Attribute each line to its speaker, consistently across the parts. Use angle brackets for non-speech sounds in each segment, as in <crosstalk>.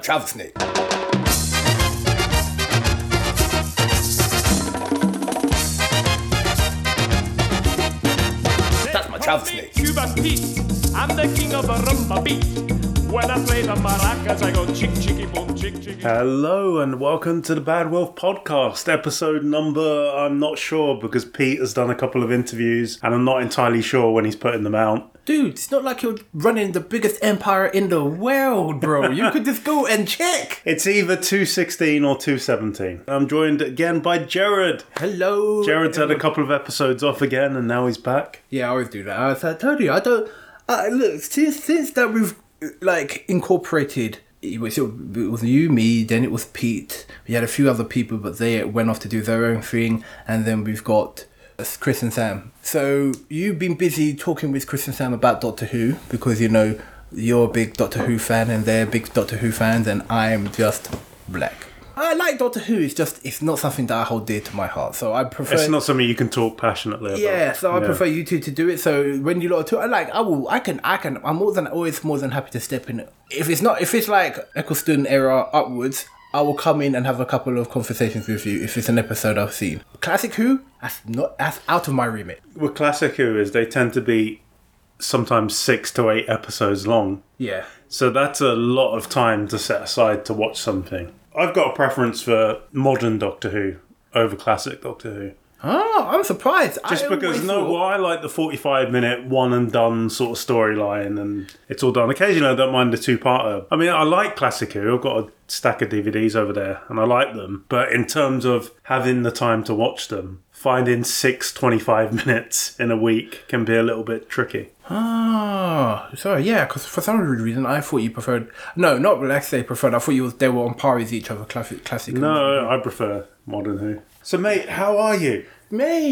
Speaker 1: travel snake. That's my travel snake.
Speaker 2: Cuban Pete. I'm the king of the rumba beat. When I play the maracas, I go chick chicky boom, chick chicky.
Speaker 3: Hello and welcome to the Bad Wolf Podcast, episode number I'm not sure because Pete has done a couple of interviews and I'm not entirely sure when he's putting them out.
Speaker 4: Dude, it's not like you're running the biggest empire in the world, bro. You could just go and check.
Speaker 3: It's either 216 or 217. I'm joined again by Jared.
Speaker 4: Hello.
Speaker 3: Jared's had a couple of episodes off again and now he's back.
Speaker 4: Yeah, I always do that. I, was- I told you, I don't. I, look, since since that we've like incorporated, it was, it was you, me, then it was Pete. We had a few other people, but they went off to do their own thing, and then we've got us, Chris and Sam. So you've been busy talking with Chris and Sam about Doctor Who because you know you're a big Doctor Who fan, and they're big Doctor Who fans, and I'm just black. I like Doctor Who. It's just it's not something that I hold dear to my heart, so I prefer.
Speaker 3: It's not something you can talk passionately about.
Speaker 4: Yeah, so I prefer you two to do it. So when you lot are two, I like, I will, I can, I can, I'm more than always more than happy to step in. If it's not, if it's like Eccleston era upwards, I will come in and have a couple of conversations with you. If it's an episode I've seen, classic Who, that's not that's out of my remit.
Speaker 3: With Classic Who is they tend to be sometimes six to eight episodes long.
Speaker 4: Yeah,
Speaker 3: So that's a lot of time to set aside to watch something. I've got a preference for modern Doctor Who over classic Doctor Who.
Speaker 4: oh, I'm surprised. I
Speaker 3: Just because,
Speaker 4: always
Speaker 3: no,
Speaker 4: thought-
Speaker 3: well, I like the 45 minute one and done sort of storyline and it's all done. Occasionally, I don't mind the two parter. I mean, I like Classic Who. I've got a stack of DVDs over there and I like them. But in terms of having the time to watch them, finding six 25 <laughs> minutes in a week can be a little bit tricky.
Speaker 4: Ah, sorry, yeah, because for some reason I thought you preferred. No, not let's say preferred. I thought you was they were on par with each other. Classic, classic. and-
Speaker 3: No, I prefer Modern Who. So, mate, how are you?
Speaker 4: Me,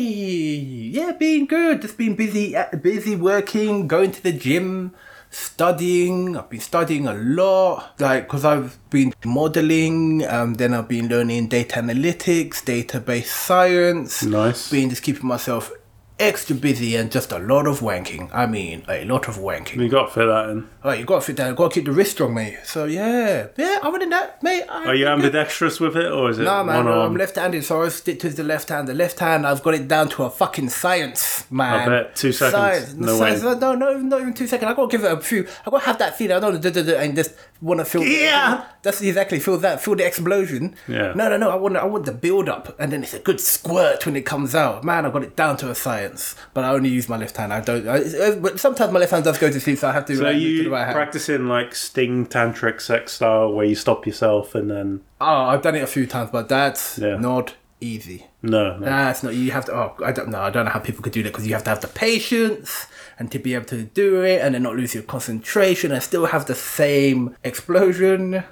Speaker 4: yeah, being good. Just been busy, uh, busy working, going to the gym, studying. I've been studying a lot, like because I've been modeling. Um, then I've been learning data analytics, database science.
Speaker 3: Nice.
Speaker 4: Been just keeping myself extra busy and just a lot of wanking. I mean, a lot of wanking.
Speaker 3: You got to fit that in.
Speaker 4: All right, you gotta fit down. Gotta keep the wrist strong, mate. So yeah, yeah, I'm in that, mate. I-
Speaker 3: Are you ambidextrous with it, or is it
Speaker 4: Nah, man,
Speaker 3: one
Speaker 4: no,
Speaker 3: arm?
Speaker 4: I'm left-handed, so I stick to the left hand. The left hand, I've got it down to a fucking science, man.
Speaker 3: bet. Two seconds.
Speaker 4: Science.
Speaker 3: No
Speaker 4: science.
Speaker 3: way.
Speaker 4: No, no, not even two seconds. I gotta give it a few. I gotta have that feeling. I don't duh, duh, duh, and just want to feel.
Speaker 3: Yeah.
Speaker 4: That's exactly feel that. Feel the explosion.
Speaker 3: Yeah.
Speaker 4: No, no, no. I want. I want the build up, and then it's a good squirt when it comes out. Man, I got it down to a science, but I only use my left hand. I don't. I, it's- but sometimes my left hand does go to sleep, so I have to.
Speaker 3: So are
Speaker 4: like, move to
Speaker 3: you
Speaker 4: the right hand.
Speaker 3: practicing like sting tantric sex style where you stop yourself and then
Speaker 4: Oh, I've done it a few times, but that's
Speaker 3: Yeah.
Speaker 4: not easy.
Speaker 3: no, no.
Speaker 4: Nah, it's not. You have to. Oh, I don't know. I don't know how people could do that because you have to have the patience and to be able to do it and then not lose your concentration and still have the same <laughs> explosion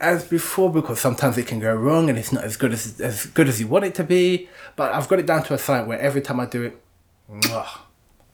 Speaker 4: as before because sometimes it can go wrong and it's not as good as as good as you want it to be. But I've got it down to a site where every time I do it, mwah,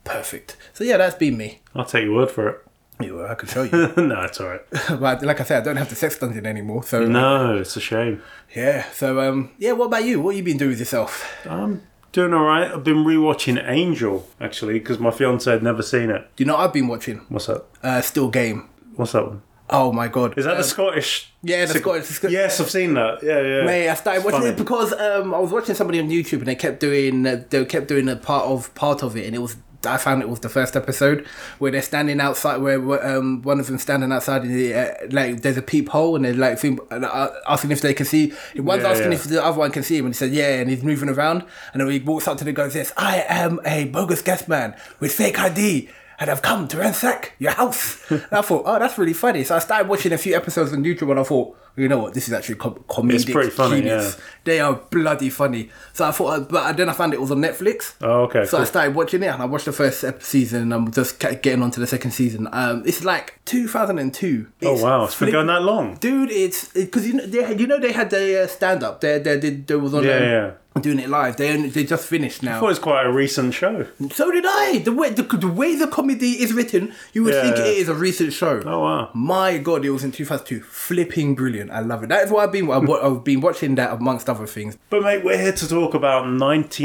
Speaker 4: perfect. So yeah, that's been me.
Speaker 3: I'll take your word for it. <laughs>
Speaker 4: You were. I could show <laughs> you.
Speaker 3: no, it's all right.
Speaker 4: but like I said, I don't have the sex dungeon anymore. So
Speaker 3: No, it's a shame.
Speaker 4: yeah. So um yeah. What about you? What you been doing with yourself?
Speaker 3: I'm doing all right. I've been rewatching Angel actually because my fiance had never seen it.
Speaker 4: Do you know what I've been watching?
Speaker 3: What's that?
Speaker 4: Uh, still game.
Speaker 3: What's that one?
Speaker 4: Oh my god.
Speaker 3: Is that
Speaker 4: Um,
Speaker 3: the Scottish?
Speaker 4: yeah, the
Speaker 3: sig-
Speaker 4: Scottish- the Scot-
Speaker 3: Yes, I've seen that. Yeah, yeah.
Speaker 4: Mate, I started
Speaker 3: It's
Speaker 4: watching
Speaker 3: funny.
Speaker 4: it because um, I was watching somebody on YouTube and they kept doing uh, they kept doing a part of part of it and it was I found it was the first episode where they're standing outside where um, one of them standing outside and the, uh, like there's a peephole and they're like think, and, uh, asking if they can see one's
Speaker 3: Yeah,
Speaker 4: asking
Speaker 3: yeah.
Speaker 4: if the other one can see him and he said yeah and he's moving around and then he walks up to the guy and says I am a bogus gas man with fake ID and I've come to ransack your house. and I thought, oh, that's really funny. So I started watching a few episodes on YouTube and I thought, you know what, this is actually com- comedic
Speaker 3: It's pretty funny,
Speaker 4: genius.
Speaker 3: yeah.
Speaker 4: They are bloody funny. So I thought, but then I found it was on Netflix.
Speaker 3: Oh, okay,
Speaker 4: So I
Speaker 3: cool.
Speaker 4: started watching it, and I watched the first ep- season, and I'm just ca- getting onto the second season. Um, it's like 2002.
Speaker 3: Oh wow, it's been
Speaker 4: flip-
Speaker 3: going that long.
Speaker 4: Dude, it's because you know they had, you know they had their uh, stand up. They they did they was on
Speaker 3: Yeah,
Speaker 4: um,
Speaker 3: yeah.
Speaker 4: doing it live. They only, they just finished
Speaker 3: I
Speaker 4: now.
Speaker 3: thought it was quite a recent show.
Speaker 4: So did I. The way the, the way the comedy is written, you would
Speaker 3: Yeah,
Speaker 4: think
Speaker 3: yeah.
Speaker 4: it is a recent show.
Speaker 3: Oh, wow.
Speaker 4: My God, it was in 2002. Flipping brilliant. I love it. That is what I've been. I've wa- I've been watching that amongst other things.
Speaker 3: But mate, we're here to talk about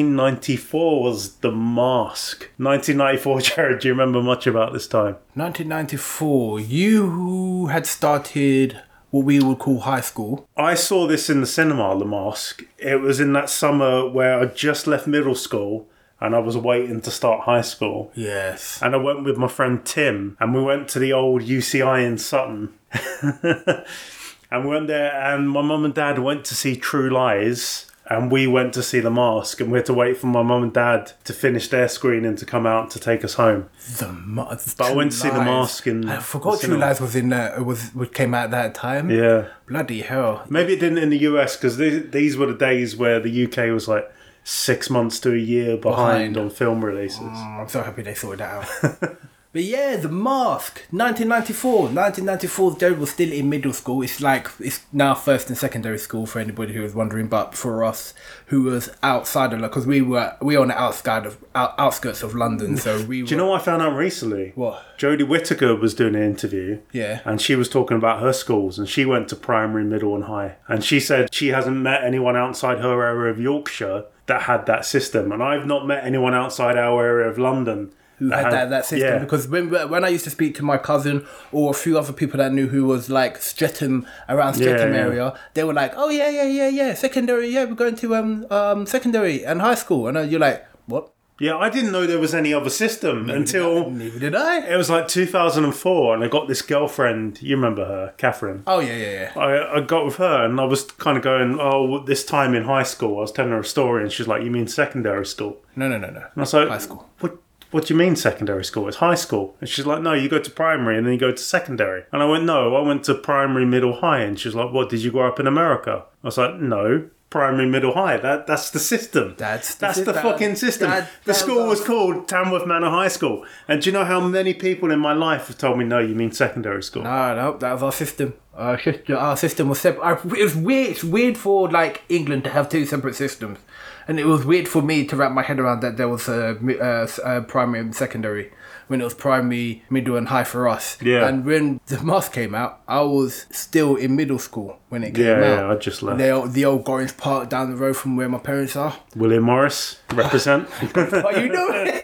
Speaker 3: 1994 was The Mask. 1994, <laughs> Jared, do you remember much about this time?
Speaker 4: 1994. You had started what we would call high school.
Speaker 3: I saw this in the cinema, The Mask. It was in that summer where I just left middle school and I was waiting to start high school.
Speaker 4: Yes.
Speaker 3: And I went with my friend Tim and we went to the old UCI in Sutton. <laughs> and we went there and my mum and dad went to see True Lies and we went to see The Mask and we had to wait for my mum and dad to finish their screening to come out to take us home.
Speaker 4: The ma-
Speaker 3: But I
Speaker 4: True
Speaker 3: went to see The
Speaker 4: Lies.
Speaker 3: Mask in
Speaker 4: I
Speaker 3: the
Speaker 4: forgot True
Speaker 3: cinema.
Speaker 4: Lies was in that was which came out at that time.
Speaker 3: Yeah.
Speaker 4: Bloody hell.
Speaker 3: Maybe it didn't in the US because these were the days where the UK was like six months to a year behind,
Speaker 4: Behind. Mm.
Speaker 3: on film releases.
Speaker 4: I'm so happy they sorted that out. <laughs> but yeah, The Mask, 1994. 1994, Jared was still in middle school. It's like, it's now first and secondary school for anybody who was wondering, but for us who was outside of, because we were, we were on the outskirts of, out, outskirts of London,
Speaker 3: <laughs>
Speaker 4: so we
Speaker 3: Do you know what I found out recently?
Speaker 4: What?
Speaker 3: Jodie Whittaker was doing an interview.
Speaker 4: Yeah.
Speaker 3: And she was talking about her schools and she went to primary, middle, and high. And she said she hasn't met anyone outside her area of Yorkshire that had that system. And I've not met anyone outside our area of London
Speaker 4: who had that, that system
Speaker 3: Uh-huh. yeah.
Speaker 4: because when when I used to speak to my cousin or a few other people that I knew who was like Streatham around Streatham
Speaker 3: yeah.
Speaker 4: area, they were like, "Oh yeah, yeah, yeah, yeah, secondary, yeah, we're going to um um secondary and high school," and uh, you're like, "What?"
Speaker 3: Yeah, I didn't know there was any other system
Speaker 4: <laughs>
Speaker 3: until
Speaker 4: Neither did I.
Speaker 3: it was like 2004. And I got this girlfriend, you remember her, Catherine.
Speaker 4: Oh yeah, yeah, yeah.
Speaker 3: I, I got with her and I was kind of going, oh, this time in high school, I was telling her a story and she's like, you mean secondary school?
Speaker 4: No, no, no, no.
Speaker 3: And I was like,
Speaker 4: High school.
Speaker 3: What, what do you mean secondary school? It's high school. And she's like, no, you go to primary and then you go to secondary. And I went, no, I went to primary, middle, high. And she's like, what, did you grow up in America? I was like, no. Primary, middle, high. That that's the system.
Speaker 4: That's the
Speaker 3: that's the
Speaker 4: system.
Speaker 3: fucking system.
Speaker 4: That-
Speaker 3: the
Speaker 4: that
Speaker 3: school was
Speaker 4: was-
Speaker 3: called Tamworth Manor High School. And do you know how many people in my life have told me, no, you mean secondary school?
Speaker 4: No, Ah, no, that was our system. Our system, our system was separate. It was weird. It's weird for like England to have two separate systems, and it was weird for me to wrap my head around that there was a, mi- uh s- uh primary and secondary when it was primary, middle, and high for us.
Speaker 3: Yeah.
Speaker 4: And when the mask came out, I was still in middle school when it came
Speaker 3: Yeah,
Speaker 4: out.
Speaker 3: yeah, I just left.
Speaker 4: The old, the old Gorings Park down the road from where my parents are. <laughs>
Speaker 3: William Morris represent. <laughs>
Speaker 4: Are you doing?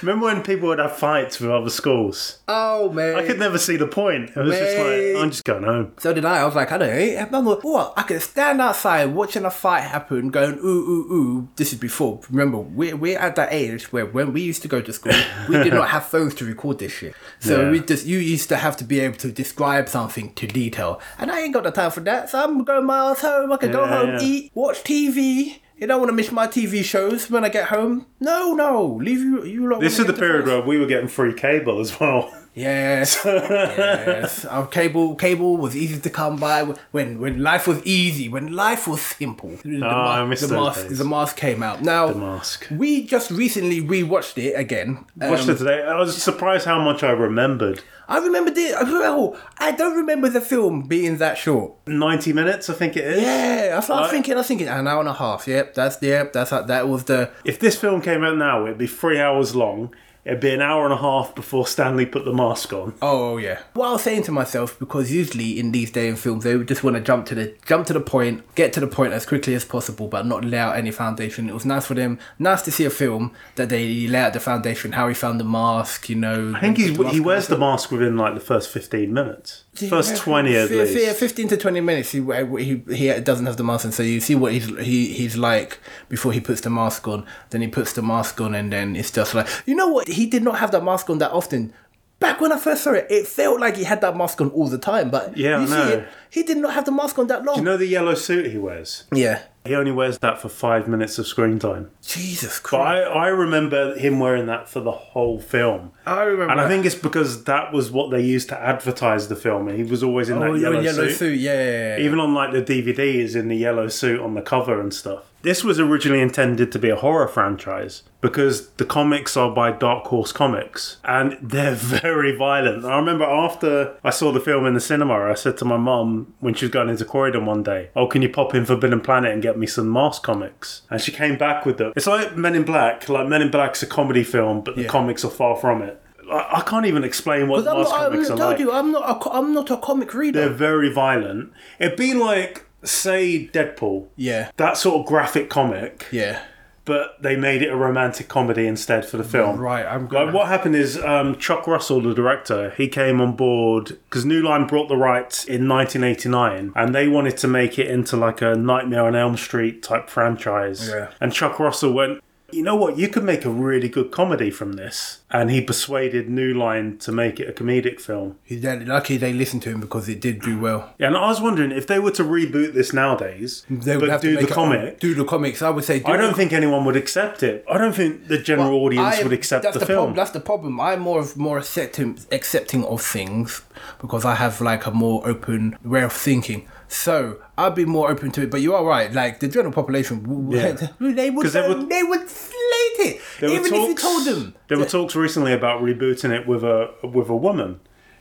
Speaker 3: Remember when people would have fights with other schools?
Speaker 4: oh man.
Speaker 3: I could never see the point. It was just
Speaker 4: Mate.
Speaker 3: like, I'm just going home.
Speaker 4: So did I. I was like, I don't know. I'm not- What? I could stand outside watching a fight happen, going, ooh, ooh, ooh. This is before. Remember, we're, we're at that age where when we used to go to school, we did not have phones to record this shit. So
Speaker 3: Yeah.
Speaker 4: we just, you used to have to be able to describe something to detail. And I ain't got the time for that. So I'm going my ass home. I can go
Speaker 3: Yeah,
Speaker 4: home,
Speaker 3: yeah.
Speaker 4: eat, watch TV. You don't want to miss my TV shows when I get home. No, no. Leave you, you lot.
Speaker 3: This
Speaker 4: when
Speaker 3: is
Speaker 4: I get
Speaker 3: the
Speaker 4: to
Speaker 3: period
Speaker 4: class.
Speaker 3: where we were getting free cable as well. <laughs>
Speaker 4: Yes, yes. <laughs> Our cable cable was easy to come by when when life was easy, when life was simple. The,
Speaker 3: Ah, I miss
Speaker 4: the
Speaker 3: those
Speaker 4: mask,
Speaker 3: days.
Speaker 4: the mask came out. Now
Speaker 3: The Mask.
Speaker 4: We just recently rewatched it again. Um,
Speaker 3: Watched it today. I was surprised how much I remembered.
Speaker 4: I remember it as well. I don't remember the film being that short.
Speaker 3: 90 minutes, I think it is.
Speaker 4: Yeah, that's what I was
Speaker 3: Like-
Speaker 4: thinking. I was thinking an hour and a half. Yep, that's yep, that's how, that was the
Speaker 3: If this film came out now, it'd be three hours long. It'd be an hour and a half before Stanley put the mask on.
Speaker 4: Oh yeah. What I was saying to myself because usually in these day in films they would just want to jump to the jump to the point, get to the point as quickly as possible, but not lay out any foundation. It was nice for them, nice to see a film that they lay out the foundation, how he found the mask, you know.
Speaker 3: I think he's, he wears the mask within like the first 15 minutes. First 20 at
Speaker 4: Yeah, yeah,
Speaker 3: least.
Speaker 4: fifteen to twenty minutes. He uh, he, he doesn't have the mask, and so you see what he's he, he's like before he puts the mask on. Then he puts the mask on, and then it's just like you know what he did not have that mask on that often. Back when I first saw it, it felt like he had that mask on all the time. But
Speaker 3: Yeah, I
Speaker 4: you
Speaker 3: know.
Speaker 4: it, he did not have the mask on that long.
Speaker 3: You know the yellow suit he wears?
Speaker 4: yeah,
Speaker 3: He only wears that for five minutes of screen time.
Speaker 4: Jesus
Speaker 3: But
Speaker 4: Christ.
Speaker 3: I, I remember him wearing that for the whole film.
Speaker 4: I remember
Speaker 3: And I
Speaker 4: that.
Speaker 3: think it's because that was what they used to advertise the film. And he was always in
Speaker 4: Oh,
Speaker 3: that
Speaker 4: you're
Speaker 3: yellow,
Speaker 4: in yellow
Speaker 3: suit.
Speaker 4: suit. Yeah, yeah, yeah.
Speaker 3: Even on like the DVD is in the yellow suit on the cover and stuff. This was originally intended to be a horror franchise because the comics are by Dark Horse Comics and they're <laughs> very violent. I remember after I saw the film in the cinema, I said to my mum when she was going into Corridor one day, Oh, can you pop in Forbidden Planet and get me some Mask comics? And she came back with them. It's like Men in Black. Like Men in Black's a comedy film, but the
Speaker 4: Yeah.
Speaker 3: comics are far from it. I I can't even explain what
Speaker 4: But uh, I'm
Speaker 3: Mask
Speaker 4: not, I
Speaker 3: comics are
Speaker 4: told
Speaker 3: like
Speaker 4: you, I'm not. A, co- I'm not a comic reader.
Speaker 3: they're very violent. It'd be like, say, Deadpool.
Speaker 4: yeah,
Speaker 3: That sort of graphic comic,
Speaker 4: yeah.
Speaker 3: but they made it a romantic comedy instead for the film.
Speaker 4: Right, I'm
Speaker 3: Like
Speaker 4: glad.
Speaker 3: what happened is um, Chuck Russell, the director, he came on board because New Line brought the rights in 1989, and they wanted to make it into like a Nightmare on Elm Street type franchise.
Speaker 4: Yeah.
Speaker 3: And Chuck Russell went, you know what? You could make a really good comedy from this, and he persuaded New Line to make it a comedic film.
Speaker 4: He's dead- lucky they listened to him because it did do well.
Speaker 3: Yeah, and I was wondering if they were to reboot this nowadays,
Speaker 4: They would
Speaker 3: but
Speaker 4: have
Speaker 3: do
Speaker 4: to make
Speaker 3: the
Speaker 4: a-
Speaker 3: comic.
Speaker 4: do the comics. I would say. Do
Speaker 3: I
Speaker 4: the
Speaker 3: don't think anyone would accept it. I don't think the general audience
Speaker 4: I-
Speaker 3: would accept
Speaker 4: that's
Speaker 3: the, film.
Speaker 4: Prob- that's the problem. I'm more of more accepting accepting of things because I have like a more open way of thinking. So I'd be more open to it. But you are right. Like the general population, w- w- <laughs> they would
Speaker 3: 'Cause they
Speaker 4: they
Speaker 3: would-
Speaker 4: would, slate it.
Speaker 3: There
Speaker 4: Even
Speaker 3: were
Speaker 4: if you
Speaker 3: talks,
Speaker 4: told them.
Speaker 3: There were talks recently about rebooting it with a with a woman,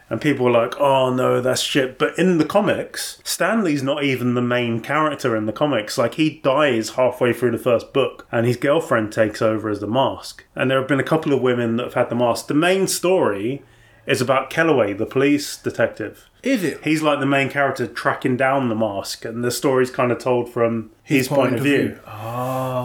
Speaker 3: and people were like, "Oh no, that's shit." But in the comics, Stanley's not even the main character in the comics. Like he dies halfway through the first book, and his girlfriend takes over as the mask. And there have been a couple of women that have had the mask. The main story is about Kellaway, the police detective.
Speaker 4: Is it?
Speaker 3: He's like the main character tracking down the mask, and the story's kind of told from his, point, of view. Ah.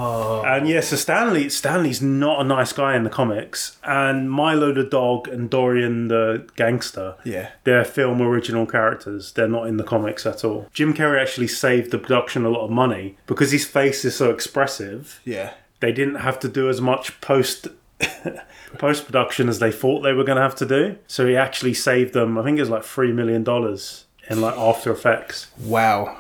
Speaker 4: Oh.
Speaker 3: And yeah, so Stanley Stanley's not a nice guy in the comics, and Milo the dog and Dorian the gangster.
Speaker 4: Yeah.
Speaker 3: They're film original characters. They're not in the comics at all. Jim Carrey actually saved the production a lot of money because his face is so expressive.
Speaker 4: Yeah.
Speaker 3: They didn't have to do as much post <laughs> post production as they thought they were going to have to do. So he actually saved them. I think it was like 3 million dollars in like After Effects.
Speaker 4: Wow.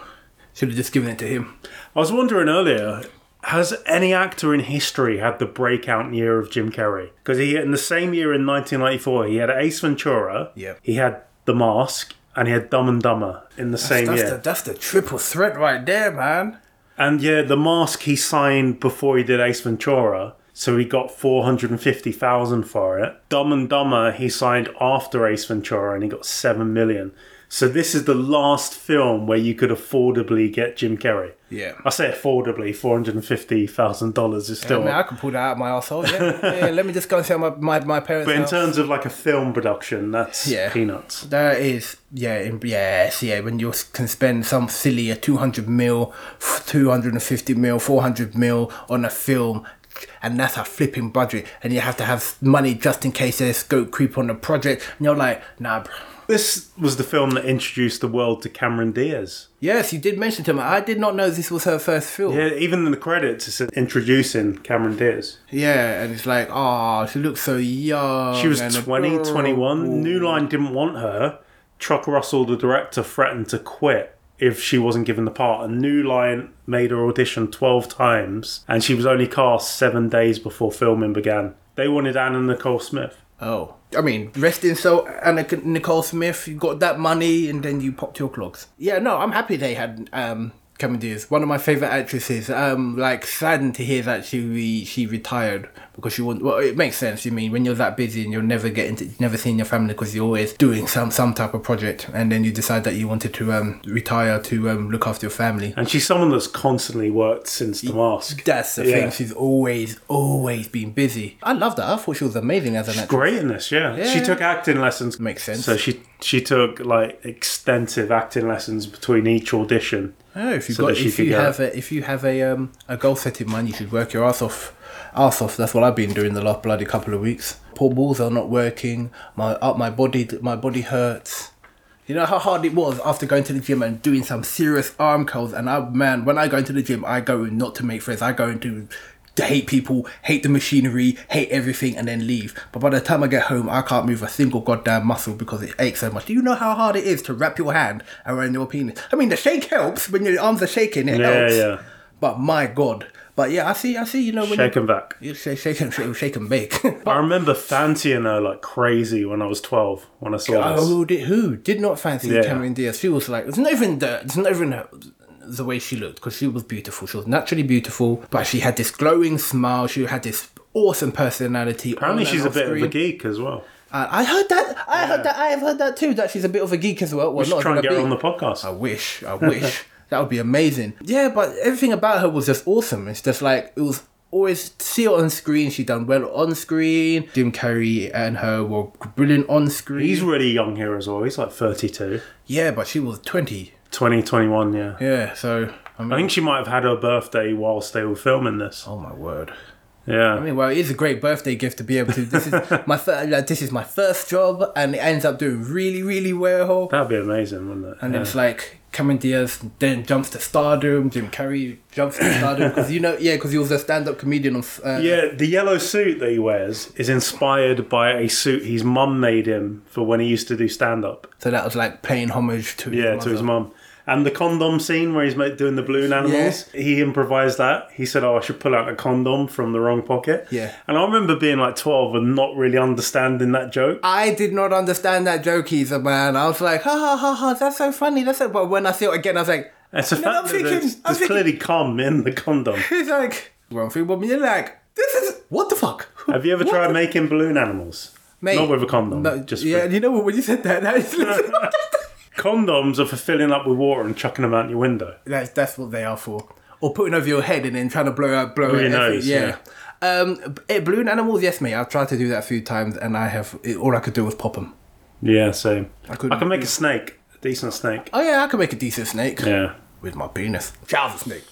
Speaker 4: Should have just given it to him.
Speaker 3: I was wondering earlier, has any actor in history had the breakout year of Jim Carrey? Because he in the same year in 1994, he had Ace Ventura,
Speaker 4: Yep.
Speaker 3: he had The Mask, and he had Dumb and Dumber in the same
Speaker 4: That's
Speaker 3: year.
Speaker 4: the that's the triple threat right there, man.
Speaker 3: And yeah, The Mask he signed before he did Ace Ventura. So he got 450,000 for it. Dumb and Dumber he signed after Ace Ventura and he got 7 million. So this is the last film where you could affordably get Jim Carrey.
Speaker 4: Yeah.
Speaker 3: I say affordably, four hundred and fifty thousand dollars is
Speaker 4: I
Speaker 3: still.
Speaker 4: mean, I can pull that out of my asshole.
Speaker 3: <laughs>
Speaker 4: Yeah, yeah, let me just go and tell my my, my parents.
Speaker 3: but in
Speaker 4: house.
Speaker 3: terms of like a film production, that's
Speaker 4: Yeah.
Speaker 3: peanuts.
Speaker 4: That is, yeah, in- yes, yeah. When you s- can spend some silly uh, 200 mil, f- 250 mil, 400 mil on a film, and that's a flipping budget, and you have to have money just in case there's scope creep on the project, and you're like, nah, bro.
Speaker 3: This was the film that introduced the world to Cameron Diaz.
Speaker 4: Yes, you did mention to me. I did not know this was her first film.
Speaker 3: Yeah, even in the credits, it said introducing Cameron Diaz.
Speaker 4: Yeah, and it's like, oh, she looks so young.
Speaker 3: She was
Speaker 4: and
Speaker 3: 20,
Speaker 4: adorable.
Speaker 3: 21. New Line didn't want her. Chuck Russell, the director, threatened to quit if she wasn't given the part. And New Line made her audition 12 times, and she was only cast seven days before filming began. They wanted Anna Nicole Smith.
Speaker 4: Oh. I mean, rest in so Anna Nicole Smith, you got that money and then you popped your clogs. Yeah, no, I'm happy they had um Cameron Diaz, one of my favourite actresses. Um, like saddened to hear that she re- she retired because she want. Well, it makes sense. You mean when you're that busy and you're never getting to never seeing your family because you're always doing some some type of project, and then you decide that you wanted to um retire to um look after your family.
Speaker 3: And she's someone that's constantly worked since The Mask.
Speaker 4: That's the
Speaker 3: Yeah.
Speaker 4: thing. She's always always been busy. I love that. I thought she was amazing as an actress.
Speaker 3: Great in this, yeah. She
Speaker 4: Yeah.
Speaker 3: took acting lessons.
Speaker 4: Makes sense.
Speaker 3: So she she took like extensive acting lessons between each audition.
Speaker 4: Oh, if you
Speaker 3: So
Speaker 4: got
Speaker 3: that she
Speaker 4: if
Speaker 3: could
Speaker 4: you
Speaker 3: go.
Speaker 4: have a if you have a um a goal set in mind, you should work your ass off. Ass off. That's what I've been doing the last bloody couple of weeks. Poor balls are not working. My up my body my body hurts. You know how hard it was after going to the gym and doing some serious arm curls. And I man, when I go into the gym, I go in not to make friends. I go in to to hate people, hate the machinery, hate everything, and then leave. But by the time I get home, I can't move a single goddamn muscle because it aches so much. Do you know how hard it is to wrap your hand around your penis? I mean, the shake helps when your arms are shaking. It
Speaker 3: Yeah,
Speaker 4: helps.
Speaker 3: yeah.
Speaker 4: But my god. But yeah, I see. I see. You know when
Speaker 3: Shake 'em back.
Speaker 4: you, you shake, shake, and- shake, shake and bake.
Speaker 3: <laughs>
Speaker 4: <laughs>
Speaker 3: I remember fancying her like crazy when I was twelve when I saw this.
Speaker 4: Oh, did, who did not fancy
Speaker 3: Yeah.
Speaker 4: Cameron Diaz? She was like, it's not even the, it's not even the, the way she looked because she was beautiful. She was naturally beautiful, but she had this glowing smile. She had this awesome personality.
Speaker 3: Apparently,
Speaker 4: on and
Speaker 3: she's a
Speaker 4: off
Speaker 3: bit
Speaker 4: screen.
Speaker 3: of a geek as well.
Speaker 4: Uh, I heard that. I heard that. I have heard that too. That she's a bit of a geek as well. Well,
Speaker 3: Should
Speaker 4: not
Speaker 3: try
Speaker 4: even
Speaker 3: and
Speaker 4: a Oh,
Speaker 3: get her
Speaker 4: bit.
Speaker 3: on the podcast.
Speaker 4: I wish. I
Speaker 3: <laughs>
Speaker 4: wish. that would be amazing. Yeah, but everything about her was just awesome. It's just like it was always see her on screen. She done well on screen. Jim Carrey and her were brilliant on screen.
Speaker 3: He's really young here as well. He's like 32.
Speaker 4: yeah, but she was twenty.
Speaker 3: 20, 21, yeah.
Speaker 4: Yeah, so I
Speaker 3: I think she might have had her birthday whilst they were filming this.
Speaker 4: Oh my word.
Speaker 3: Yeah.
Speaker 4: I mean, well, it is a great birthday gift to be able to. This is my fir- <laughs> like, this is my first job, and it ends up doing really, really well.
Speaker 3: That'd be amazing, wouldn't it?
Speaker 4: And
Speaker 3: yeah.
Speaker 4: it's like Cameron Diaz then jumps to stardom. Jim Carrey jumps to stardom because you know, yeah, because he was a stand-up comedian. On, s- uh,
Speaker 3: Yeah, the yellow suit that he wears is inspired by a suit his mum made him for when he used to do stand up.
Speaker 4: So that was like paying homage to
Speaker 3: Yeah,
Speaker 4: his
Speaker 3: to his
Speaker 4: mother.
Speaker 3: mum. And the condom scene where he's ma- doing the balloon animals, he improvised that. He said, Oh, I should pull out a condom from the wrong pocket.
Speaker 4: Yeah.
Speaker 3: And I remember being like 12 and not really understanding that joke.
Speaker 4: I did not understand that joke either, man. I was like, ha ha ha ha, that's so funny. That's so. But when I see it again, I was like,
Speaker 3: It's a
Speaker 4: No,
Speaker 3: fact
Speaker 4: I'm
Speaker 3: that
Speaker 4: thinking-
Speaker 3: there's,
Speaker 4: I'm
Speaker 3: there's
Speaker 4: thinking-
Speaker 3: clearly cum in
Speaker 4: <laughs>
Speaker 3: the condom.
Speaker 4: he's like, wrong thing, woman. You're like, this is what the fuck. <laughs>
Speaker 3: Have you ever
Speaker 4: What
Speaker 3: tried
Speaker 4: the-
Speaker 3: making balloon animals?
Speaker 4: Mate,
Speaker 3: Not with a condom.
Speaker 4: No,
Speaker 3: just
Speaker 4: yeah,
Speaker 3: with-
Speaker 4: you know what? When you said that, that
Speaker 3: <laughs>
Speaker 4: is. <laughs>
Speaker 3: condoms are for filling up with water and chucking them out your window.
Speaker 4: That's that's what they are for. Or putting over your head and then trying to blow out, blow
Speaker 3: Really
Speaker 4: out every-
Speaker 3: nice,
Speaker 4: yeah. Um, eh, balloon animals, yes, mate. I've tried to do that a few times, and I have it, all I could do was pop them.
Speaker 3: Yeah, same. I,
Speaker 4: couldn't-
Speaker 3: can make a snake, a decent snake.
Speaker 4: Oh yeah, I could make a decent snake
Speaker 3: Yeah.
Speaker 4: with my penis. Trouser snake.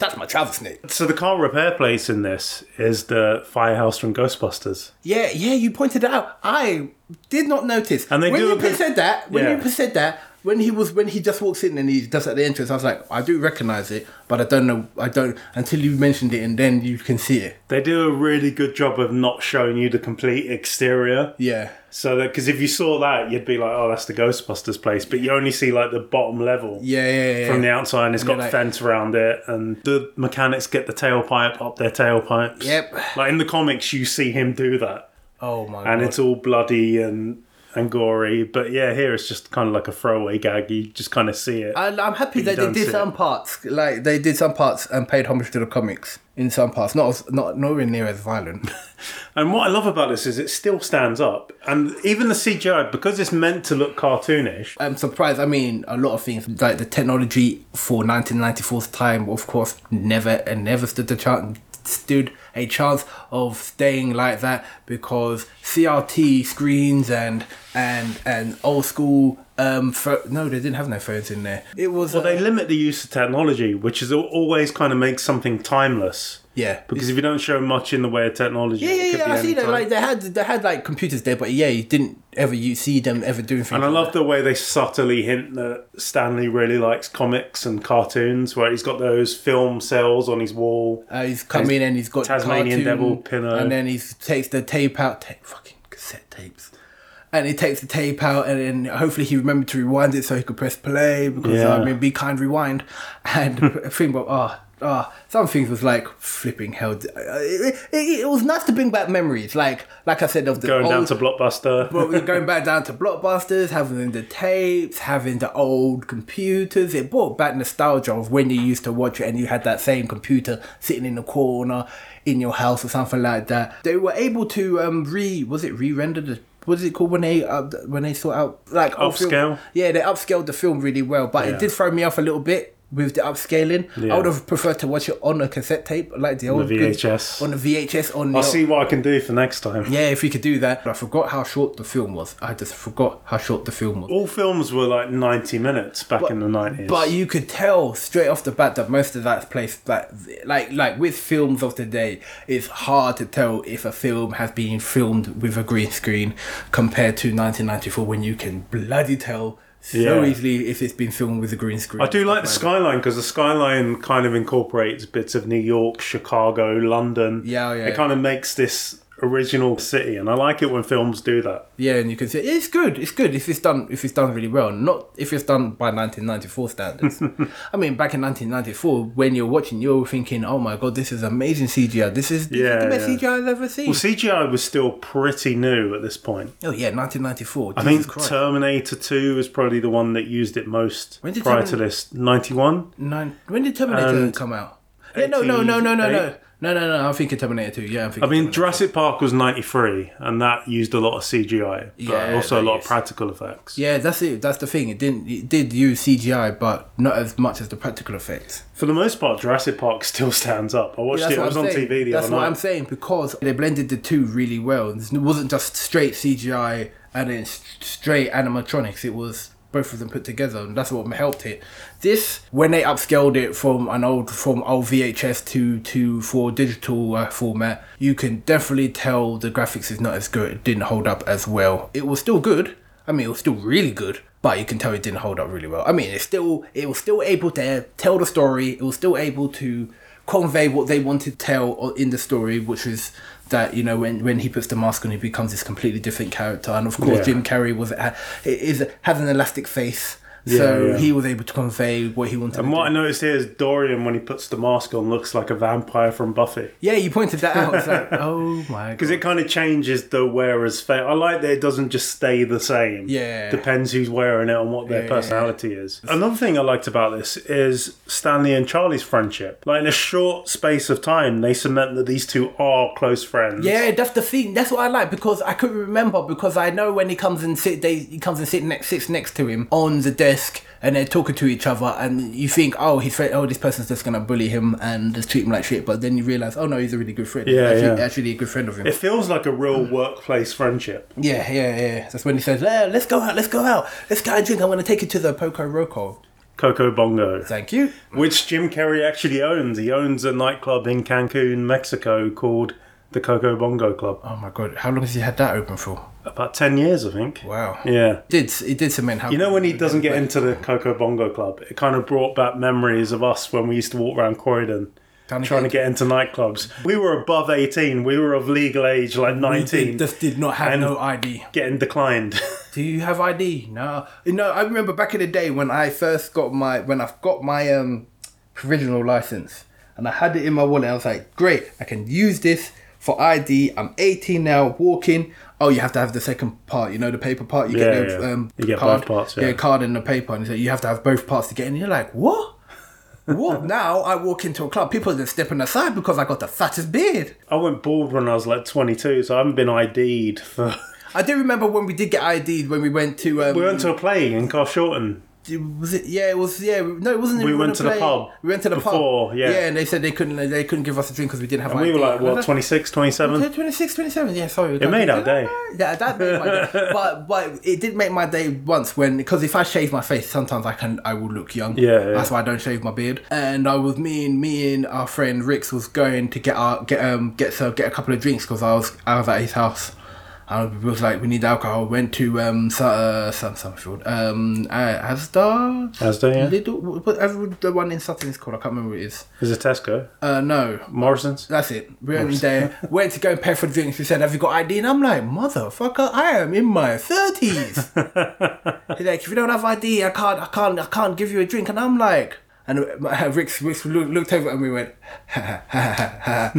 Speaker 4: That's my trouser snake.
Speaker 3: So the car repair place in this is the firehouse from Ghostbusters.
Speaker 4: Yeah, yeah. You pointed it out. I did not notice.
Speaker 3: And they
Speaker 4: when
Speaker 3: do
Speaker 4: you
Speaker 3: a bit-
Speaker 4: said that, when
Speaker 3: Yeah.
Speaker 4: you said that, when he was when he just walks in and he does at the entrance, I was like, I do recognize it, but I don't know. I don't until you mentioned it, and then you can see it.
Speaker 3: They do a really good job of not showing you the complete exterior.
Speaker 4: Yeah.
Speaker 3: So that because if you saw that, you'd be like, "Oh, that's the Ghostbusters place," but you only see like the bottom level.
Speaker 4: Yeah, yeah, yeah.
Speaker 3: From the outside, and it's got
Speaker 4: you're like-
Speaker 3: fence around it, and the mechanics get the tailpipe up their tailpipes.
Speaker 4: Yep.
Speaker 3: Like in the comics, you see him do that.
Speaker 4: oh my god.
Speaker 3: and it's all bloody and and gory. But yeah, here it's just kind of like a throwaway gag. You just kind of see it.
Speaker 4: I, I'm happy
Speaker 3: you
Speaker 4: that they
Speaker 3: don't see
Speaker 4: did
Speaker 3: it.
Speaker 4: some parts, like they did some parts and paid homage to the comics in some parts. Not as, not nowhere near as violent.
Speaker 3: And what I love about this is it still stands up, and even the CGI because it's meant to look cartoonish.
Speaker 4: I'm surprised. I mean, a lot of things like the technology for 1994's time, of course, never and never stood the chance stood a chance of staying like that because CRT screens and and and old school. Um, pho- no, they didn't have no phones in there. It was
Speaker 3: Well,
Speaker 4: uh,
Speaker 3: they limit the use of technology, which is al- always kind of makes something timeless.
Speaker 4: yeah
Speaker 3: Because if you don't show much in the way of technology,
Speaker 4: Yeah,
Speaker 3: it
Speaker 4: yeah,
Speaker 3: could
Speaker 4: yeah.
Speaker 3: be
Speaker 4: I see
Speaker 3: any
Speaker 4: that.
Speaker 3: time.
Speaker 4: Like they had, they had like computers there, but yeah, you didn't ever you see them ever doing things.
Speaker 3: And I
Speaker 4: like
Speaker 3: love the way they subtly hint that Stanley really likes comics and cartoons, where he's got those film cells on his wall.
Speaker 4: that. Uh, he's come in and he's got
Speaker 3: Tasmanian
Speaker 4: cartoon,
Speaker 3: devil pillow.
Speaker 4: and then he takes the tape out, ta- fucking cassette tapes, and he takes the tape out, and then hopefully he remembered to rewind it so he could press play because
Speaker 3: Yeah.
Speaker 4: I mean, be kind, rewind, <laughs> and think about ah. Ah, some things was like flipping hell. Uh, It, it, it was nice to bring back memories, like like I said of the
Speaker 3: Going down
Speaker 4: old-
Speaker 3: to Blockbuster.
Speaker 4: But we're going back down to blockbusters, having the tapes, having the old computers. It brought back nostalgia of when you used to watch it and you had that same computer sitting in the corner in your house or something like that. They were able to um re was it re-render the what is it called when they uh, when they sort out like old film-
Speaker 3: Upscale?
Speaker 4: Yeah, they upscaled the film really well, but
Speaker 3: Yeah.
Speaker 4: it did throw me off a little bit. With the upscaling,
Speaker 3: Yeah.
Speaker 4: I would have preferred to watch it on a cassette tape, like the old good-
Speaker 3: VHS.
Speaker 4: on the VHS. On
Speaker 3: <laughs> I'll
Speaker 4: the
Speaker 3: see what I can do for next time.
Speaker 4: yeah, if you could do that. I forgot how short the film was. I just forgot how short the film was.
Speaker 3: All films were like 90 minutes back in the 90s.
Speaker 4: But you could tell straight off the bat that most of that's placed that like like with films of today, it's hard to tell if a film has been filmed with a green screen compared to 1994 when you can bloody tell so
Speaker 3: Yeah.
Speaker 4: easily if it's been filmed with a green screen.
Speaker 3: I do like the skyline because the skyline kind of incorporates bits of New York, Chicago, London.
Speaker 4: Yeah, oh, yeah.
Speaker 3: It kind of makes this original city, and I like it when films do that.
Speaker 4: Yeah, and you can say it's good. It's good if it's done if it's done really well. Not if it's done by 1994
Speaker 3: <laughs>
Speaker 4: standards. I mean, back in 1994, when you're watching, you're thinking, "Oh my god, this is amazing CGI. This is, this
Speaker 3: Yeah,
Speaker 4: is the best
Speaker 3: yeah.
Speaker 4: CGI I've ever seen."
Speaker 3: Well, CGI was still pretty new at this point.
Speaker 4: oh yeah, 1994.
Speaker 3: I think Terminator 2 was probably the one that used it most
Speaker 4: When did
Speaker 3: prior to
Speaker 4: Termin-
Speaker 3: this. 91?
Speaker 4: Nine, when did Terminator
Speaker 3: And
Speaker 4: come out? Yeah, no, no, no, no, no, no,
Speaker 3: 88?
Speaker 4: no, no, no. I'm thinking Terminator 2. Yeah, I'm thinking.
Speaker 3: I mean,
Speaker 4: Terminator.
Speaker 3: Jurassic Park was 93, and that used a lot of CGI, but
Speaker 4: Yeah,
Speaker 3: also a
Speaker 4: that
Speaker 3: lot of
Speaker 4: used-
Speaker 3: practical effects.
Speaker 4: yeah, that's it. That's the thing. It didn't. It did use CGI, but not as much as the practical effects.
Speaker 3: For the most part, Jurassic Park <laughs> still stands up. I watched
Speaker 4: That's
Speaker 3: it. It
Speaker 4: what
Speaker 3: was
Speaker 4: I'm
Speaker 3: on
Speaker 4: saying.
Speaker 3: TV the
Speaker 4: That's
Speaker 3: other
Speaker 4: what
Speaker 3: night.
Speaker 4: I'm saying because they blended the two really well. It wasn't just straight CGI and then s- straight animatronics. It was both of them put together, and that's what helped it. This, when they upscaled it from an old from old VHS to to for digital uh, format, you can definitely tell the graphics is not as good. It didn't hold up as well. It was still good. I mean, it was still really good, but you can tell it didn't hold up really well. I mean, it's still it was still able to tell the story. It was still able to convey what they wanted to tell o- in the story, which is that you know when when he puts the mask on, he becomes this completely different character. And of course,
Speaker 3: Yeah.
Speaker 4: Jim Carrey was ha- is has an elastic face, so
Speaker 3: Yeah, yeah.
Speaker 4: he was able to convey what he wanted.
Speaker 3: And
Speaker 4: to
Speaker 3: what I
Speaker 4: do.
Speaker 3: noticed here is Dorian, when he puts the mask on, looks like a vampire from Buffy.
Speaker 4: Yeah, you pointed that out. It's like, <laughs> oh
Speaker 3: <laughs>
Speaker 4: my
Speaker 3: Because
Speaker 4: god.
Speaker 3: it kind of changes the wearer's face. I like that it doesn't just stay the same.
Speaker 4: Yeah.
Speaker 3: Depends who's wearing it and what their
Speaker 4: Yeah.
Speaker 3: personality is. Another thing I liked about this is Stanley and Charlie's friendship. Like, in a short space of time, they cement that these two are close friends.
Speaker 4: Yeah, that's the thing. That's what I like because I couldn't remember because I know when he comes and sit, they he comes and sit next sits next to him on the desk and they're talking to each other and you think oh he's fri- oh this person's just gonna bully him and just treat him like shit but then you realize oh no he's a really good friend.
Speaker 3: Yeah,
Speaker 4: actually,
Speaker 3: yeah.
Speaker 4: actually a good friend of him.
Speaker 3: It feels like a real workplace friendship.
Speaker 4: yeah, yeah, yeah. That's when he says "Yeah, let's go out, let's go out, let's go out and drink. I'm gonna take you to the Poco Roco.
Speaker 3: Coco Bongo.
Speaker 4: Thank you.
Speaker 3: Which Jim Carrey actually owns. He owns a nightclub in Cancun, Mexico called the Coco Bongo Club.
Speaker 4: Oh my god, how long has he had that open for?
Speaker 3: About 10 years, I think.
Speaker 4: Wow.
Speaker 3: Yeah.
Speaker 4: Did it did cement how
Speaker 3: You know when he doesn't get into the Coco Bongo Club, it kind of brought back memories of us when we used to walk around Croydon trying to get into nightclubs. We were above 18, we were of legal age, like
Speaker 4: did,
Speaker 3: 19,
Speaker 4: just did not have
Speaker 3: And-
Speaker 4: no ID.
Speaker 3: getting declined. <laughs>
Speaker 4: Do you have ID? No. No, I remember back in the day when I first got my when I've got my um provisional license and I had it in my wallet. I was like, great, I can use this for ID. I'm 18 now, walking. Oh, you have to have the second part, you know, the paper part. You
Speaker 3: Yeah,
Speaker 4: get the
Speaker 3: yeah.
Speaker 4: um,
Speaker 3: You get
Speaker 4: card,
Speaker 3: both parts,
Speaker 4: yeah,
Speaker 3: yeah.
Speaker 4: card and the paper, and so you have to have both parts to get in. You're like, what? what? <laughs> Now I walk into a club, people are just stepping aside because I got the fattest beard.
Speaker 3: I went bald when I was like 22, so I haven't been ID'd for. <laughs>
Speaker 4: I do remember when we did get ID'd when we went to um,
Speaker 3: We went to a play in Carshalton.
Speaker 4: was it? Yeah, it was. Yeah, no, it wasn't.
Speaker 3: We
Speaker 4: even
Speaker 3: went
Speaker 4: a
Speaker 3: to the
Speaker 4: play.
Speaker 3: pub
Speaker 4: We went to the
Speaker 3: before,
Speaker 4: pub.
Speaker 3: yeah.
Speaker 4: yeah, and they said they couldn't. They couldn't give us a drink because we didn't have.
Speaker 3: And we
Speaker 4: ID.
Speaker 3: were like,
Speaker 4: And I
Speaker 3: what,
Speaker 4: was
Speaker 3: 26, 27?
Speaker 4: 26, 27, yeah, sorry. It
Speaker 3: made our day.
Speaker 4: <laughs> Yeah, that made my day.
Speaker 3: <laughs>
Speaker 4: But but it did make my day once when because if I shave my face, sometimes I can I will look young.
Speaker 3: Yeah, yeah.
Speaker 4: That's why I don't shave my beard. And I was me and me and our friend Rix was going to get our get um get so get a couple of drinks because I was I was at his house. And we was like, we need alcohol. Went to um, Su- uh, Sun Summerfield, um, uh, Asda,
Speaker 3: Asda, yeah.
Speaker 4: Little, whatever the one in Sutton is called. I can't remember what it is.
Speaker 3: Is it Tesco?
Speaker 4: Uh, no,
Speaker 3: Morrison's?
Speaker 4: that's it. We went there, went to go and pay for drinks. He said, Have you got ID? And I'm like, Motherfucker, I am in my <laughs> 30s. He's like, If you don't have ID, I can't, I can't, I can't give you a drink. And I'm like, and uh, Rick's, Rick's loo- looked over and we went, <laughs> And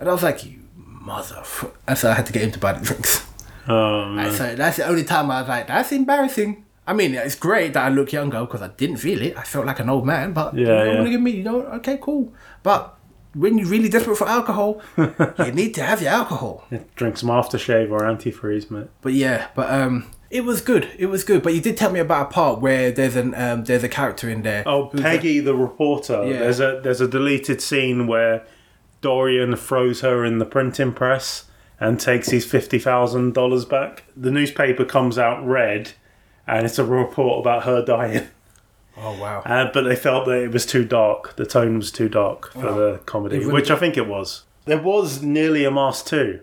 Speaker 4: I was like, You motherfucker. And so I had to get him to buy the drinks.
Speaker 3: Oh, man.
Speaker 4: And so that's the only time I was like, That's embarrassing. I mean, it's great that I look younger because I didn't feel it. I felt like an old man, but you
Speaker 3: Yeah,
Speaker 4: don't
Speaker 3: yeah.
Speaker 4: want to give me, you know, okay, cool. But when you're really desperate for
Speaker 3: <laughs>
Speaker 4: alcohol, you need to have your alcohol.
Speaker 3: Drink some aftershave or antifreeze, mate.
Speaker 4: But yeah, but um, it was good. It was good. But you did tell me about a part where there's an um, there's a character in there.
Speaker 3: Oh,
Speaker 4: who's
Speaker 3: Peggy, the reporter.
Speaker 4: Yeah.
Speaker 3: There's a there's a deleted scene where Dorian throws her in the printing press and takes his fifty thousand dollars back. The newspaper comes out red, and it's a report about her dying. <laughs>
Speaker 4: a- oh wow.
Speaker 3: Uh, but they felt that it was too dark. The tone was too dark for the comedy,
Speaker 4: really-
Speaker 3: which I think it was. There was nearly a mask too.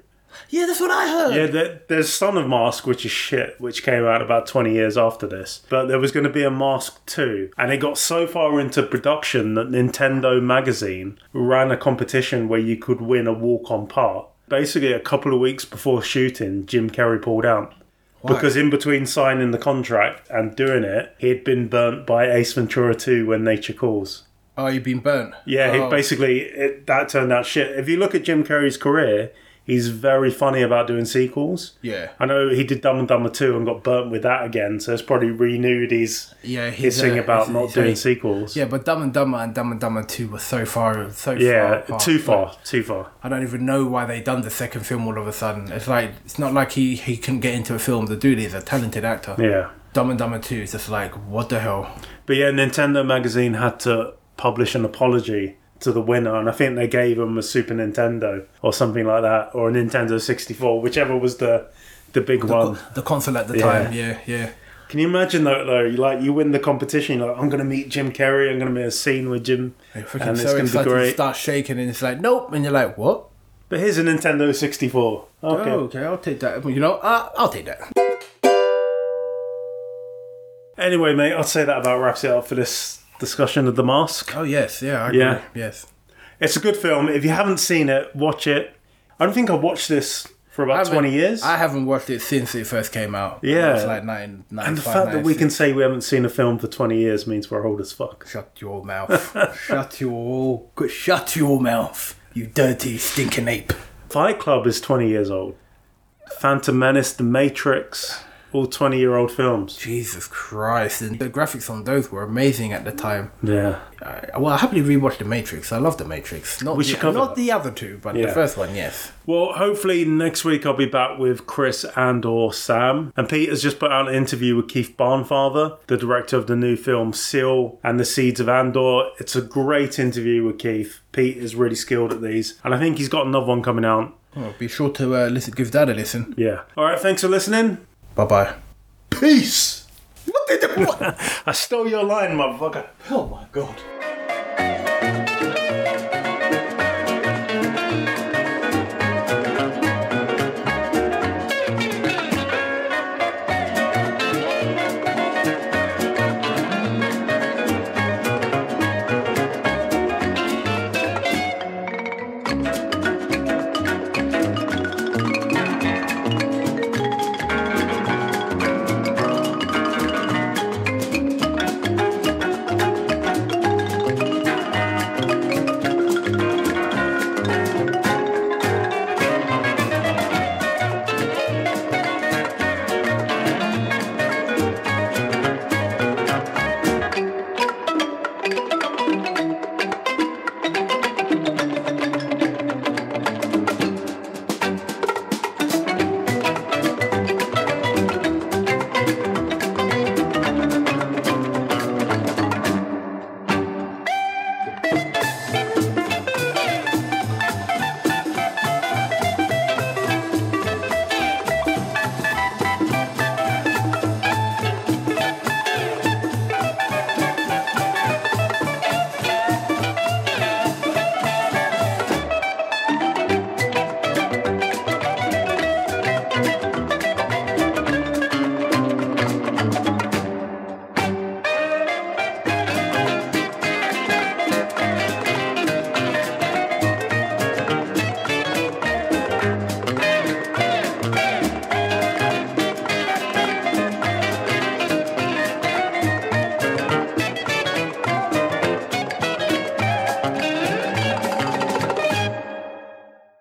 Speaker 4: yeah, that's what I heard.
Speaker 3: Yeah, there, there's Son of Mask, which is shit, which came out about 20 years after this. But there was going to be a Mask 2, and it got so far into production that Nintendo Magazine ran a competition where you could win a walk on part. Basically, a couple of weeks before shooting, Jim Carrey pulled out. Because in between signing the contract and doing it, he'd been burnt by Ace Ventura 2 when nature calls.
Speaker 4: Oh, you've been burnt.
Speaker 3: Yeah,
Speaker 4: Oh.
Speaker 3: he basically it, that turned out shit. If you look at Jim Carrey's career, he's very funny about doing sequels.
Speaker 4: Yeah.
Speaker 3: I know he did Dumb and Dumber two and got burnt with that again, so it's probably renewed his
Speaker 4: Yeah,
Speaker 3: his
Speaker 4: he's,
Speaker 3: thing
Speaker 4: uh,
Speaker 3: about
Speaker 4: he's-
Speaker 3: not
Speaker 4: he's
Speaker 3: doing
Speaker 4: very-
Speaker 3: sequels.
Speaker 4: Yeah, but Dumb and Dumber and Dumb and Dumber Two were so far, so far.
Speaker 3: Yeah,
Speaker 4: apart.
Speaker 3: too far, too far.
Speaker 4: I don't even know why they done the second film all of a sudden. It's like it's not like he he couldn't get into a film. The dude is a talented actor.
Speaker 3: Yeah,
Speaker 4: Dumb and Dumber Two is just like what the hell.
Speaker 3: but yeah, Nintendo magazine had to publish an apology to the winner, and I think they gave him a Super Nintendo or something like that, or a Nintendo sixty four, whichever was the the big one.
Speaker 4: The console at the
Speaker 3: Um, Yeah.
Speaker 4: time. Yeah, yeah.
Speaker 3: Can you imagine though? Though, you like you win the competition, you're like I'm gonna meet Jim Carrey. I'm gonna be in a scene with Jim,
Speaker 4: You're freaking
Speaker 3: and
Speaker 4: so
Speaker 3: it's gonna
Speaker 4: excited
Speaker 3: be
Speaker 4: to
Speaker 3: great.
Speaker 4: start shaking, and it's like, nope. And you're like, what?
Speaker 3: But here's a Nintendo 64. Okay.
Speaker 4: Oh, okay, I'll take that. You know, I, I'll take that.
Speaker 3: Anyway, mate, I'd say that about wraps it up for this discussion of the mask.
Speaker 4: Oh yes, yeah, I agree.
Speaker 3: Yeah.
Speaker 4: yes.
Speaker 3: It's a good film. If you haven't seen it, watch it. I don't think I've watched this for about
Speaker 4: haven't-
Speaker 3: 20 years.
Speaker 4: I haven't watched it since it first came out.
Speaker 3: Yeah.
Speaker 4: it's like nine, nine.
Speaker 3: and the fact that we can say we haven't seen a film for 20 years means we're old as fuck.
Speaker 4: shut your mouth, <laughs> shut your good, shut your mouth, you dirty stinking ape.
Speaker 3: Fight Club is 20 years old. Phantom Menace, The Matrix, all 20 year old films.
Speaker 4: Jesus Christ! And the graphics on those were amazing at the time.
Speaker 3: Yeah.
Speaker 4: I, well, I happily rewatched The Matrix. I love The Matrix. Not
Speaker 3: We
Speaker 4: the,
Speaker 3: should cover
Speaker 4: not
Speaker 3: that.
Speaker 4: the other two, but the
Speaker 3: Yeah.
Speaker 4: first one, yes.
Speaker 3: Well, hopefully next week I'll be back with Chris and or Sam. And Pete has just put out an interview with Keith Barnfather, the director of the new film Seal and the Seeds of Andor. It's a great interview with Keith. Pete is really skilled at these, and I think he's got another one coming out.
Speaker 4: Well, be sure to uh, listen. Give that a listen.
Speaker 3: Yeah. All right. Thanks for listening.
Speaker 4: Bye bye.
Speaker 3: <laughs> Peace. I stole your line, motherfucker.
Speaker 4: Oh my god.